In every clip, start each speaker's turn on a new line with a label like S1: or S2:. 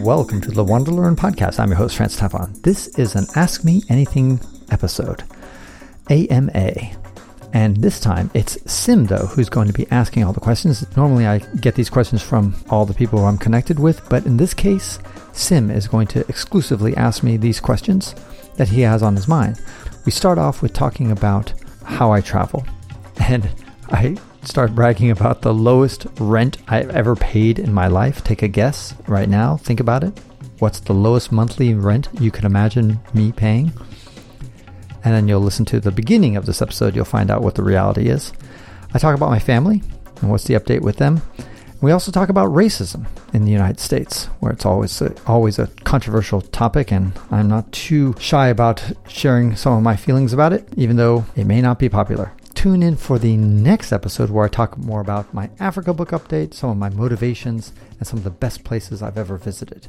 S1: Welcome to the Wonder Learn podcast. I'm your host, France Tapon. This is an Ask Me Anything episode, AMA. And this time it's Simdo who's going to be asking all the questions. Normally I get these questions from all the people who I'm connected with, but in this case, Sim is going to exclusively ask me these questions that he has on his mind. We start off with talking about how I travel. And I start bragging about the lowest rent I've ever paid in my life. Take a guess right now. Think about it. What's the lowest monthly rent you can imagine me paying? And then you'll listen to the beginning of this episode. You'll find out what the reality is. I talk about my family and what's the update with them. We also talk about racism in the United States, where it's always a, always a controversial topic, and I'm not too shy about sharing some of my feelings about it, even though it may not be popular tune in for the next episode where I talk more about my Africa book update, some of my motivations, and some of the best places I've ever visited.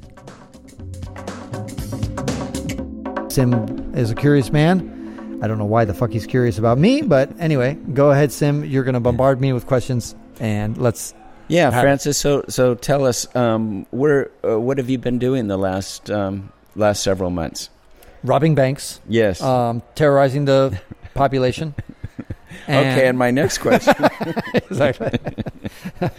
S1: Sim is a curious man. I don't know why the fuck he's curious about me, but anyway, go ahead, Sim. You're going to bombard me with questions, and let's.
S2: Yeah,
S1: have-
S2: Francis. So, so tell us, um, where, uh, what have you been doing the last um, last several months?
S1: Robbing banks,
S2: Yes.
S1: um, terrorizing the population.
S2: okay, and my next question.
S1: exactly.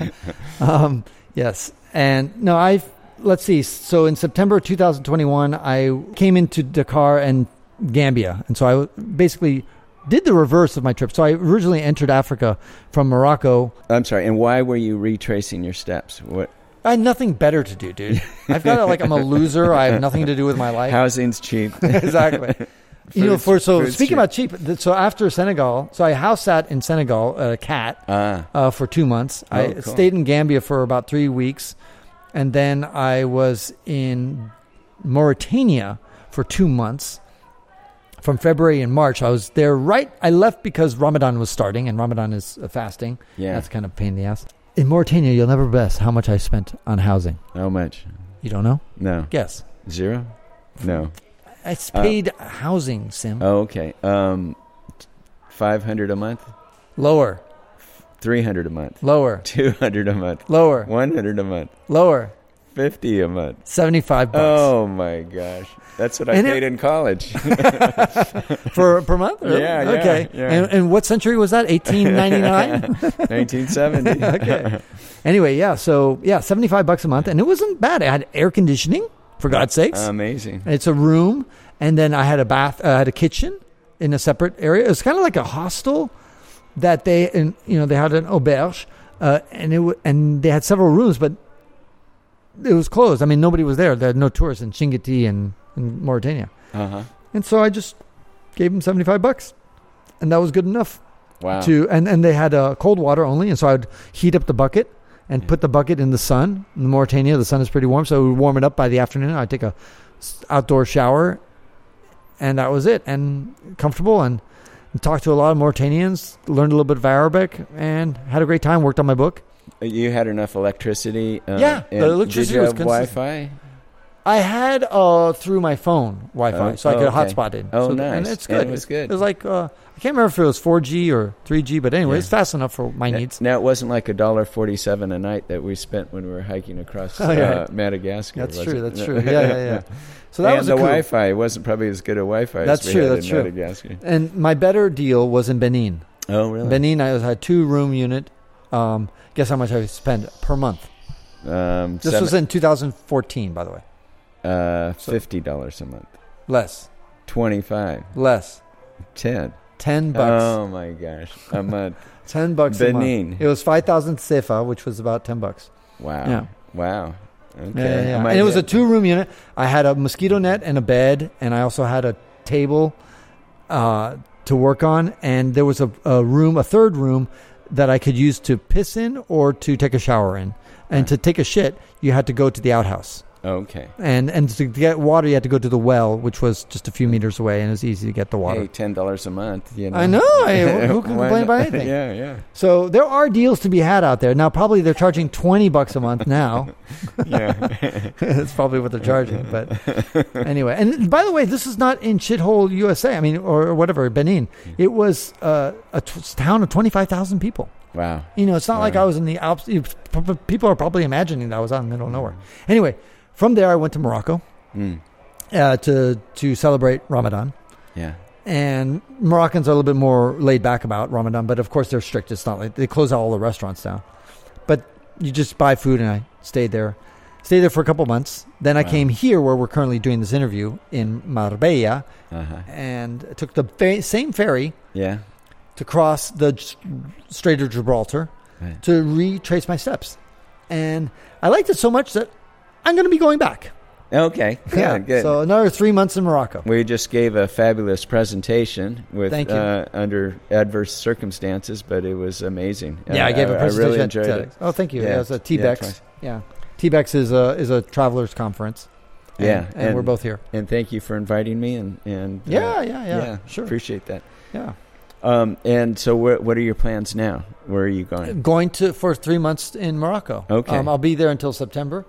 S1: um, yes, and no, I let's see. So in September 2021, I came into Dakar and Gambia, and so I basically did the reverse of my trip. So I originally entered Africa from Morocco.
S2: I'm sorry. And why were you retracing your steps? What
S1: I had nothing better to do, dude. I've got it like I'm a loser. I have nothing to do with my life.
S2: housing's cheap?
S1: exactly. you know,
S2: Food's-
S1: for so
S2: food's
S1: speaking
S2: cheap.
S1: about cheap. th- So after Senegal, so I house sat in Senegal, a cat,
S2: ah,
S1: uh, for two months. I
S2: Oh, cool.
S1: stayed in Gambia for about three weeks, and then I was in Mauritania for two months. From February and March, I was there. Right, I left because Ramadan was starting, and Ramadan is uh, fasting.
S2: yeah.
S1: That's kind of a pain in the ass. In Mauritania, you'll never guess how much I spent on housing.
S2: How much?
S1: You don't know?
S2: No.
S1: Guess.
S2: Zero. No. Uh,
S1: I s- paid housing, Sim.
S2: Oh, okay. Um, five hundred a month.
S1: lower,
S2: Three hundred a month.
S1: lower,
S2: Two hundred a month.
S1: lower,
S2: One hundred a month.
S1: lower.
S2: Fifty a month.
S1: Seventy-five bucks
S2: Oh my gosh, that's what I
S1: And it-
S2: paid in college.
S1: for per month. Really?
S2: Oh. Yeah, yeah,
S1: okay.
S2: yeah.
S1: And, and what century was that? Eighteen ninety-nine.
S2: 1970.
S1: okay. Anyway, yeah. So yeah, seventy-five bucks a month, and it wasn't bad. It had air conditioning, for God's sakes.
S2: Amazing.
S1: it's a room, and then I had a bath. Uh, I had a kitchen in a separate area. It was kind of like a hostel that they and you know they had an auberge, uh, and it w- and they had several rooms, but it was closed. I mean, nobody was there. There had no tourists in Chingati and, and Mauritania,
S2: Uh huh.
S1: and so I just gave them seventy-five bucks, and that was good enough
S2: Wow.
S1: to and and they had uh, cold water only, and so I would heat up the bucket and
S2: Yeah.
S1: put the bucket in the sun. In Mauritania, the sun is pretty warm, so we warm it up by the afternoon. I would take a s- outdoor shower, and that was it, and comfortable and. Talked to a lot of Mauritanians, learned a little bit of Arabic, and had a great time. Worked on my book.
S2: you had enough electricity. Uh,
S1: Yeah, the
S2: and
S1: electricity
S2: did you
S1: was
S2: have
S1: consistent.
S2: Wi-Fi.
S1: I had uh, through my phone Wi-Fi,
S2: Oh,
S1: so I
S2: oh,
S1: could
S2: okay.
S1: hotspot it.
S2: Oh,
S1: so,
S2: nice.
S1: And it's
S2: And
S1: good.
S2: it was
S1: It
S2: good.
S1: was like uh, I can't remember if it was 4G or 3G, but anyway,
S2: Yeah.
S1: it's fast enough for my
S2: N-
S1: needs.
S2: Now it wasn't like a dollar forty-seven a night that we spent when we were hiking across
S1: Oh, yeah.
S2: uh, Madagascar.
S1: That's
S2: was
S1: true.
S2: it?
S1: That's true. Yeah, yeah, yeah. So that
S2: and
S1: was a
S2: the
S1: cool-
S2: Wi-Fi wasn't probably as good a Wi-Fi.
S1: That's
S2: as we
S1: true,
S2: Had
S1: that's
S2: in
S1: true.
S2: Madagascar.
S1: And my better deal was in Benin.
S2: Oh, really?
S1: Benin, I was had two room unit. Um, guess how much I spend per month?
S2: um,
S1: This
S2: seven-
S1: was in 2014, by the way.
S2: uh,
S1: So-
S2: fifty dollars a month.
S1: Less,
S2: Twenty-five.
S1: less,
S2: Ten.
S1: ten bucks,
S2: Oh my gosh, a month.
S1: ten bucks a month.
S2: Benin.
S1: It was five thousand sefa, which was about ten bucks.
S2: Wow.
S1: Yeah.
S2: Wow. Okay.
S1: Yeah, yeah, yeah.
S2: I might
S1: And it was a
S2: get-
S1: two room unit. I had a mosquito net and a bed, and I also had a table uh, to work on. And there was a, a room, a third room, that I could use to piss in or to take a shower in. And
S2: Right.
S1: to take a shit, you had to go to the outhouse.
S2: Okay.
S1: And and to get water, you had to go to the well, which was just a few meters away, and it was easy to get the water.
S2: Hey, ten dollars a month. You know.
S1: I know. I- who can
S2: Why
S1: complain about
S2: not?
S1: anything?
S2: yeah, yeah,
S1: So there are deals to be had out there now. Probably they're charging twenty bucks a month now.
S2: yeah.
S1: That's probably what they're charging. But anyway, and by the way, this is not in shithole USA. I mean, or whatever Benin. It was uh, a t- town of twenty five thousand people.
S2: wow.
S1: You know, it's not like
S2: Wow.
S1: I was in the Alps. You- p- p- People are probably imagining that I was out in the middle of nowhere. Anyway, From there, I went to Morocco
S2: Mm.
S1: uh, to to celebrate Ramadan.
S2: Yeah.
S1: And Moroccans are a little bit more laid back about Ramadan, but of course they're strict. It's not like they close all the restaurants down. But you just buy food, and I stayed there, stayed there for a couple months. Then I
S2: Wow.
S1: came here, where we're currently doing this interview in Marbella,
S2: Uh-huh.
S1: and took the fa- same ferry
S2: Yeah.
S1: to cross the J- Strait of Gibraltar
S2: Right.
S1: to retrace my steps. And I liked it so much that I'm going to be going back.
S2: Okay. Yeah. Good.
S1: So another three months in Morocco.
S2: we just gave a fabulous presentation with
S1: Thank you.
S2: Uh, under adverse circumstances, but it was amazing.
S1: Yeah, I gave a presentation.
S2: I really
S1: at
S2: enjoyed it.
S1: TEDx. Oh, thank you.
S2: Yeah,
S1: Yeah, it's a
S2: yeah,
S1: TBEX.
S2: twice.
S1: Yeah, TBEX is a is a travelers conference. And-
S2: Yeah,
S1: and, we're
S2: and-
S1: both here.
S2: And thank you for inviting me. And and uh,
S1: Yeah, yeah, yeah. sure.
S2: Appreciate that.
S1: yeah,
S2: Um, and so, what what are your plans now? Where are you going?
S1: going to for three months in Morocco.
S2: Okay.
S1: um, I'll be there until September,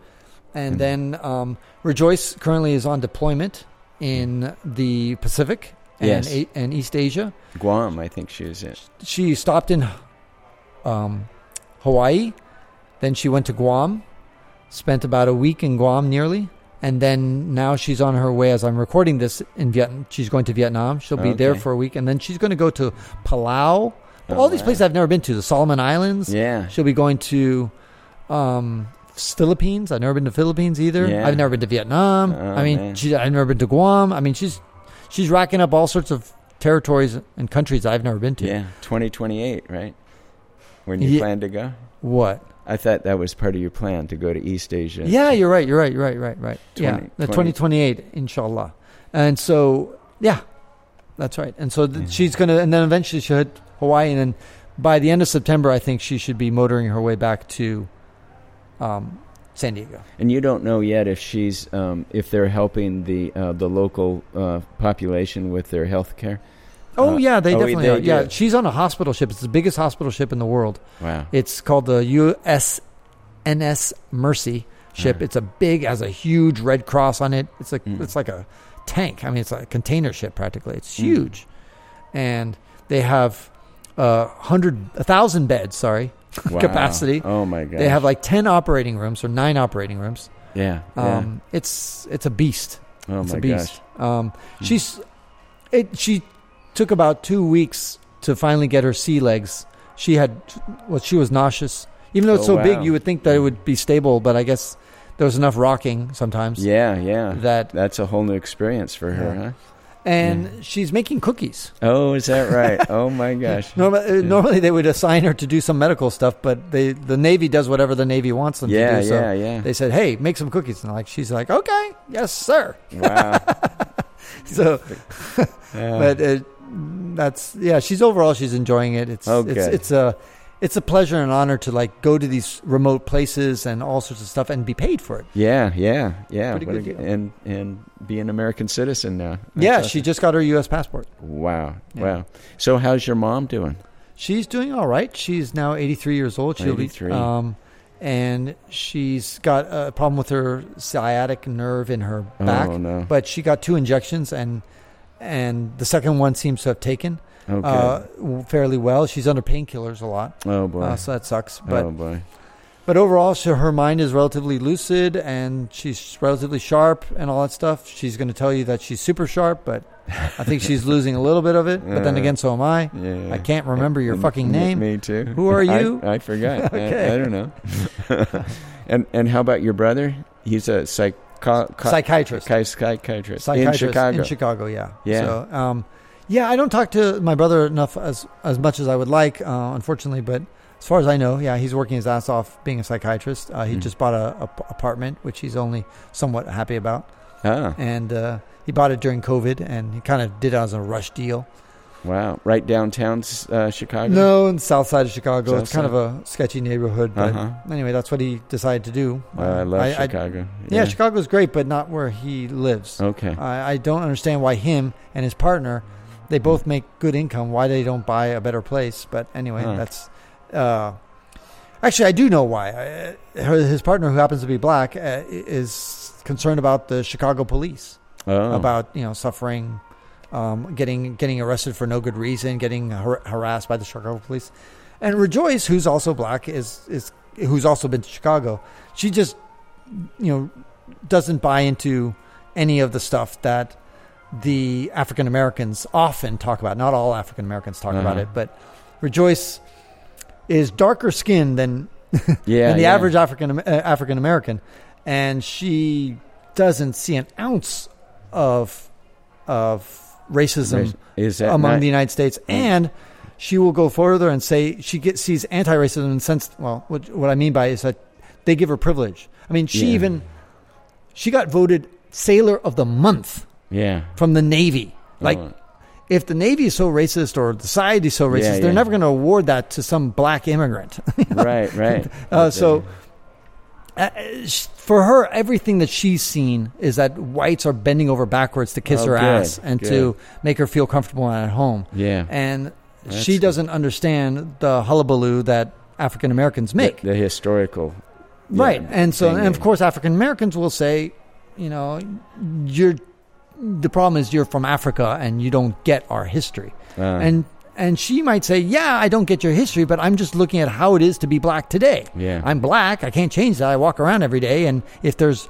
S1: and
S2: Mm.
S1: then um, Rejoice currently is on deployment in the Pacific and
S2: Yes.
S1: A- and East Asia.
S2: Guam, I think she is in.
S1: She stopped in um, Hawaii, then she went to Guam, spent about a week in Guam nearly, and then now she's on her way as I'm recording this in Vietnam. She's going to Vietnam. She'll be there
S2: Okay. Oh,
S1: for a week, and then she's going to go to Palau. All these
S2: wow.
S1: places I've never been to, the Solomon Islands.
S2: Yeah.
S1: She'll be going to um, Philippines. I've never been to Philippines either.
S2: Yeah.
S1: I've never been to Vietnam.
S2: Oh,
S1: I mean,
S2: man.
S1: she, I've never been to Guam. I mean, she's she's racking up all sorts of territories and countries I've never been to.
S2: Yeah. Twenty twenty eight, right? When you
S1: Ye-
S2: plan to go?
S1: What?
S2: I thought that was part of your plan to go to East Asia.
S1: Yeah, you're right. You're right. You're right. Right. Right. yeah,
S2: 20,
S1: the
S2: 20.
S1: 2028, inshallah. And so, yeah, that's right. And so th-
S2: Yeah.
S1: she's gonna, and then eventually she'll hit Hawaii, and then by the end of September, I think she should be motoring her way back to um, San Diego.
S2: And you don't know yet if she's um, if they're helping the uh, the local uh, population with their health care.
S1: Oh
S2: Uh,
S1: yeah, they
S2: oh,
S1: definitely
S2: they
S1: are. Yeah,
S2: do.
S1: she's on a hospital ship. It's the biggest hospital ship in the world.
S2: Wow.
S1: It's called the USNS Mercy ship.
S2: Uh-huh.
S1: It's a big, has a huge Red Cross on it. It's like
S2: Mm.
S1: it's like a tank. I mean, it's like a container ship practically. It's
S2: Mm.
S1: huge, and they have uh, hundred, a thousand beds. Sorry,
S2: Wow.
S1: Capacity.
S2: Oh my god.
S1: they have like ten operating rooms or nine operating rooms.
S2: yeah. yeah.
S1: Um, It's it's a beast.
S2: oh
S1: It's
S2: my
S1: a beast.
S2: gosh. Hmm.
S1: Um, She's it. She took about two weeks to finally get her sea legs. She had well, she was nauseous. Even though it's so
S2: Oh,
S1: big,
S2: wow.
S1: you would think that it would be stable, but I guess there was enough rocking sometimes
S2: Yeah, yeah.
S1: that.
S2: That's a whole new experience for her,
S1: Yeah.
S2: huh?
S1: And
S2: Yeah.
S1: she's making cookies.
S2: Oh, is that right? oh my gosh.
S1: Norma- uh, Normally, they would assign her to do some medical stuff, but they the Navy does whatever the Navy wants them
S2: yeah,
S1: to do. So
S2: yeah, yeah.
S1: they said, "Hey, make some cookies," and like she's like, "Okay, yes, sir."
S2: wow.
S1: So
S2: Yeah.
S1: but uh, that's yeah she's overall she's enjoying it it's
S2: Oh,
S1: it's
S2: good.
S1: it's a it's a pleasure and honor to like go to these remote places and all sorts of stuff and be paid for it
S2: yeah, yeah, yeah.
S1: Pretty
S2: What
S1: good
S2: a-
S1: deal.
S2: And and be an American citizen now. That's
S1: yeah
S2: awesome.
S1: she just got her us passport
S2: Wow.
S1: Yeah.
S2: Wow. So how's your mom doing?
S1: she's doing all right she's now 83 years old she'll
S2: 83.
S1: be um and she's got a problem with her sciatic nerve in her back
S2: Oh no.
S1: but she got two injections and and the second one seems to have taken
S2: Okay.
S1: uh, fairly well. She's under painkillers a lot,
S2: oh boy.
S1: uh, so that sucks. But
S2: oh boy.
S1: But overall, so her mind is relatively lucid and she's relatively sharp and all that stuff. She's going to tell you that she's super sharp, but I think she's losing a little bit of it. But then again, so am I.
S2: Yeah.
S1: I can't remember your
S2: And
S1: fucking
S2: me-
S1: name.
S2: Me too.
S1: Who are
S2: I-
S1: you?
S2: I, forgot.
S1: Okay.
S2: I, I don't know. and and how about your brother? He's a psych
S1: Psychiatrist.
S2: psychiatrist in
S1: Psychiatrist
S2: Chicago.
S1: in Chicago, yeah.
S2: Yeah.
S1: So, um, yeah, I don't talk to my brother enough as as much as I would like, uh, unfortunately. But as far as I know, yeah, he's working his ass off being a psychiatrist. Uh, he
S2: Mm.
S1: just bought a, a p- apartment, which he's only somewhat happy about.
S2: ah,
S1: and uh, he bought it during COVID, and he kind of did it as a rush deal.
S2: wow! Right downtown uh, Chicago.
S1: No, in the south side of Chicago,
S2: South
S1: it's kind of a sketchy neighborhood. But
S2: Uh-huh.
S1: anyway, that's what he decided to do.
S2: Wow, I love
S1: I-
S2: Chicago. Oh.
S1: yeah, Chicago's great, but not where he lives.
S2: Okay.
S1: I, I don't understand why him and his partner,
S2: Hmm.
S1: they both make good income. Why they don't buy a better place? But anyway,
S2: Huh.
S1: that's. Uh, actually, I do know why. I, her, his partner, who happens to be black, uh, i- is concerned about the Chicago police.
S2: oh.
S1: Uh, about you know suffering, um, getting getting arrested for no good reason, getting har- harassed by the Chicago police, and Rejoice, who's also black, is is who's also been to Chicago. She just you know doesn't buy into any of the stuff that the African Americans often talk about. Not all African Americans talk about it,
S2: Uh-huh.
S1: but Rejoice is darker skinned than,
S2: Yeah,
S1: than the
S2: yeah.
S1: average African uh, African American, and she doesn't see an ounce of of racism
S2: Race- is that
S1: um, among
S2: not-
S1: the United States, and she will go further and say she gets sees anti-racism in the sense. Well, what, what I mean by is that they give her privilege. I mean, she
S2: Yeah.
S1: even she got voted Sailor of the Month
S2: yeah
S1: from the Navy. Like,
S2: Oh.
S1: if the Navy is so racist or the society is so racist,
S2: Yeah,
S1: they're
S2: yeah.
S1: never going to award that to some black immigrant.
S2: right right
S1: Uh, so, uh, sh- for her, everything that she's seen is that whites are bending over backwards to kiss
S2: Oh,
S1: her
S2: good,
S1: ass and to
S2: good.
S1: make her feel comfortable and at home.
S2: yeah
S1: And
S2: That's
S1: she
S2: good.
S1: doesn't understand the hullabaloo that African Americans make.
S2: the, the historical yeah,
S1: right. And so,
S2: thing
S1: and of
S2: is-
S1: course, African Americans will say, you know, you're. The problem is you're from Africa and you don't get our history.
S2: uh,
S1: And and she might say, "Yeah, I don't get your history, but I'm just looking at how it is to be black today.
S2: Yeah.
S1: I'm black. I can't change that. I walk around every day, and if there's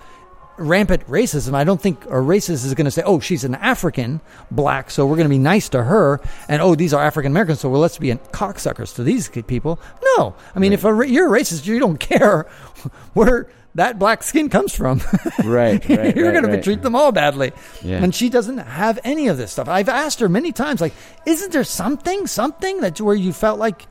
S1: rampant racism, I don't think a racist is going to say, "Oh, she's an African black, so we're going to be nice to her," and "Oh, these are African Americans, so well, let's be an- cocksuckers to these people." No, I mean, if a, ra- you're a racist, you don't care where that black skin comes from.
S2: right, right
S1: you're going to
S2: right.
S1: treat them all badly.
S2: Yeah.
S1: And she doesn't have any of this stuff. I've asked her many times, like, isn't there something, something that's where you felt like,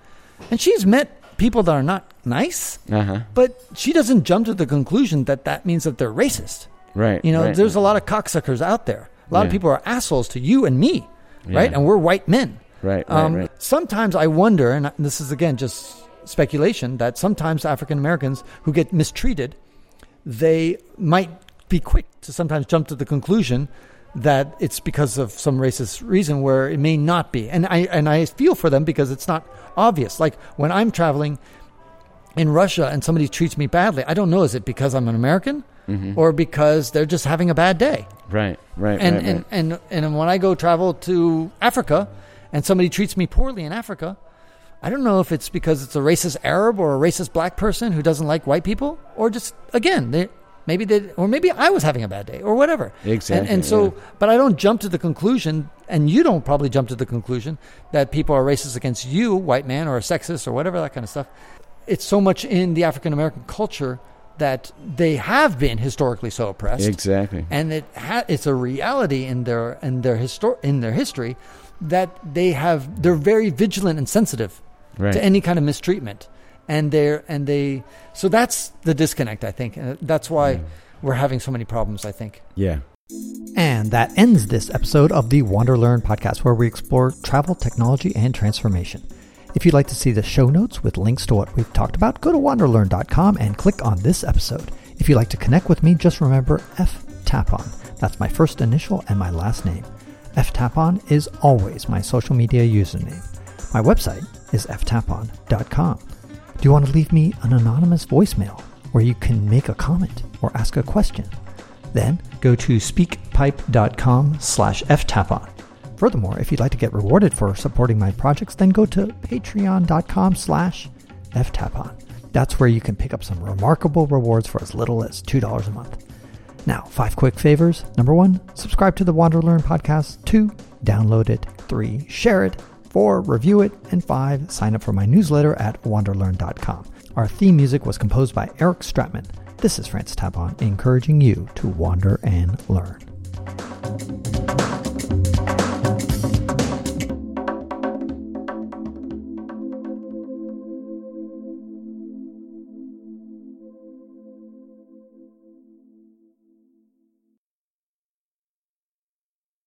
S1: and she's met people that are not nice,
S2: uh-huh
S1: but she doesn't jump to the conclusion that that means that they're racist.
S2: right
S1: You know,
S2: right.
S1: there's a lot of cocksuckers out there. A lot of
S2: Yeah.
S1: people are assholes to you and me, right?
S2: Yeah.
S1: And we're white men.
S2: right right,
S1: Um,
S2: right.
S1: Sometimes I wonder, and this is again just speculation, that sometimes African Americans who get mistreated, they might be quick to sometimes jump to the conclusion that it's because of some racist reason where it may not be. And I and I feel for them because it's not obvious. Like when I'm traveling in Russia and somebody treats me badly, I don't know is it because I'm an American
S2: Mm-hmm.
S1: or because they're just having a bad day
S2: right right
S1: and,
S2: right, right.
S1: and, and and when I go travel to Africa, and somebody treats me poorly in Africa, I don't know if it's because it's a racist Arab or a racist black person who doesn't like white people, or just again they. Maybe they, or maybe I was having a bad day, or whatever. And,
S2: Exactly,
S1: and so,
S2: yeah.
S1: but I don't jump to the conclusion, and you don't probably jump to the conclusion that people are racist against you, white man, or sexist, or whatever that kind of stuff. It's so much in the African American culture that they have been historically so oppressed
S2: exactly
S1: and it ha- it's a reality in their in their histor- in their history that they have they're very vigilant and sensitive
S2: right
S1: to any kind of mistreatment and they're and they so that's the disconnect i think Uh, that's why we're having so many problems i think
S2: yeah
S3: And that ends this episode of the Wander Learn podcast, where we explore travel, technology, and transformation. If you'd like to see the show notes with links to what we've talked about, go to wanderlearn.com and click on this episode. If you'd like to connect with me, just remember F Tapon. That's my first initial and my last name. F Tapon is always my social media username. My website is ftapon.com. Do you want to leave me an anonymous voicemail where you can make a comment or ask a question? Then go to speakpipe.com slash ftapon. Furthermore, if you'd like to get rewarded for supporting my projects, then go to patreon.com slash ftapon. That's where you can pick up some remarkable rewards for as little as $2 a month. Now, five quick favors. Number one, subscribe to the Wander Learn podcast. Two, download it. Three, share it. Four, review it. And five, sign up for my newsletter at wanderlearn.com. Our theme music was composed by Eric Stratman. This is Francis Tapon encouraging you to wander and learn.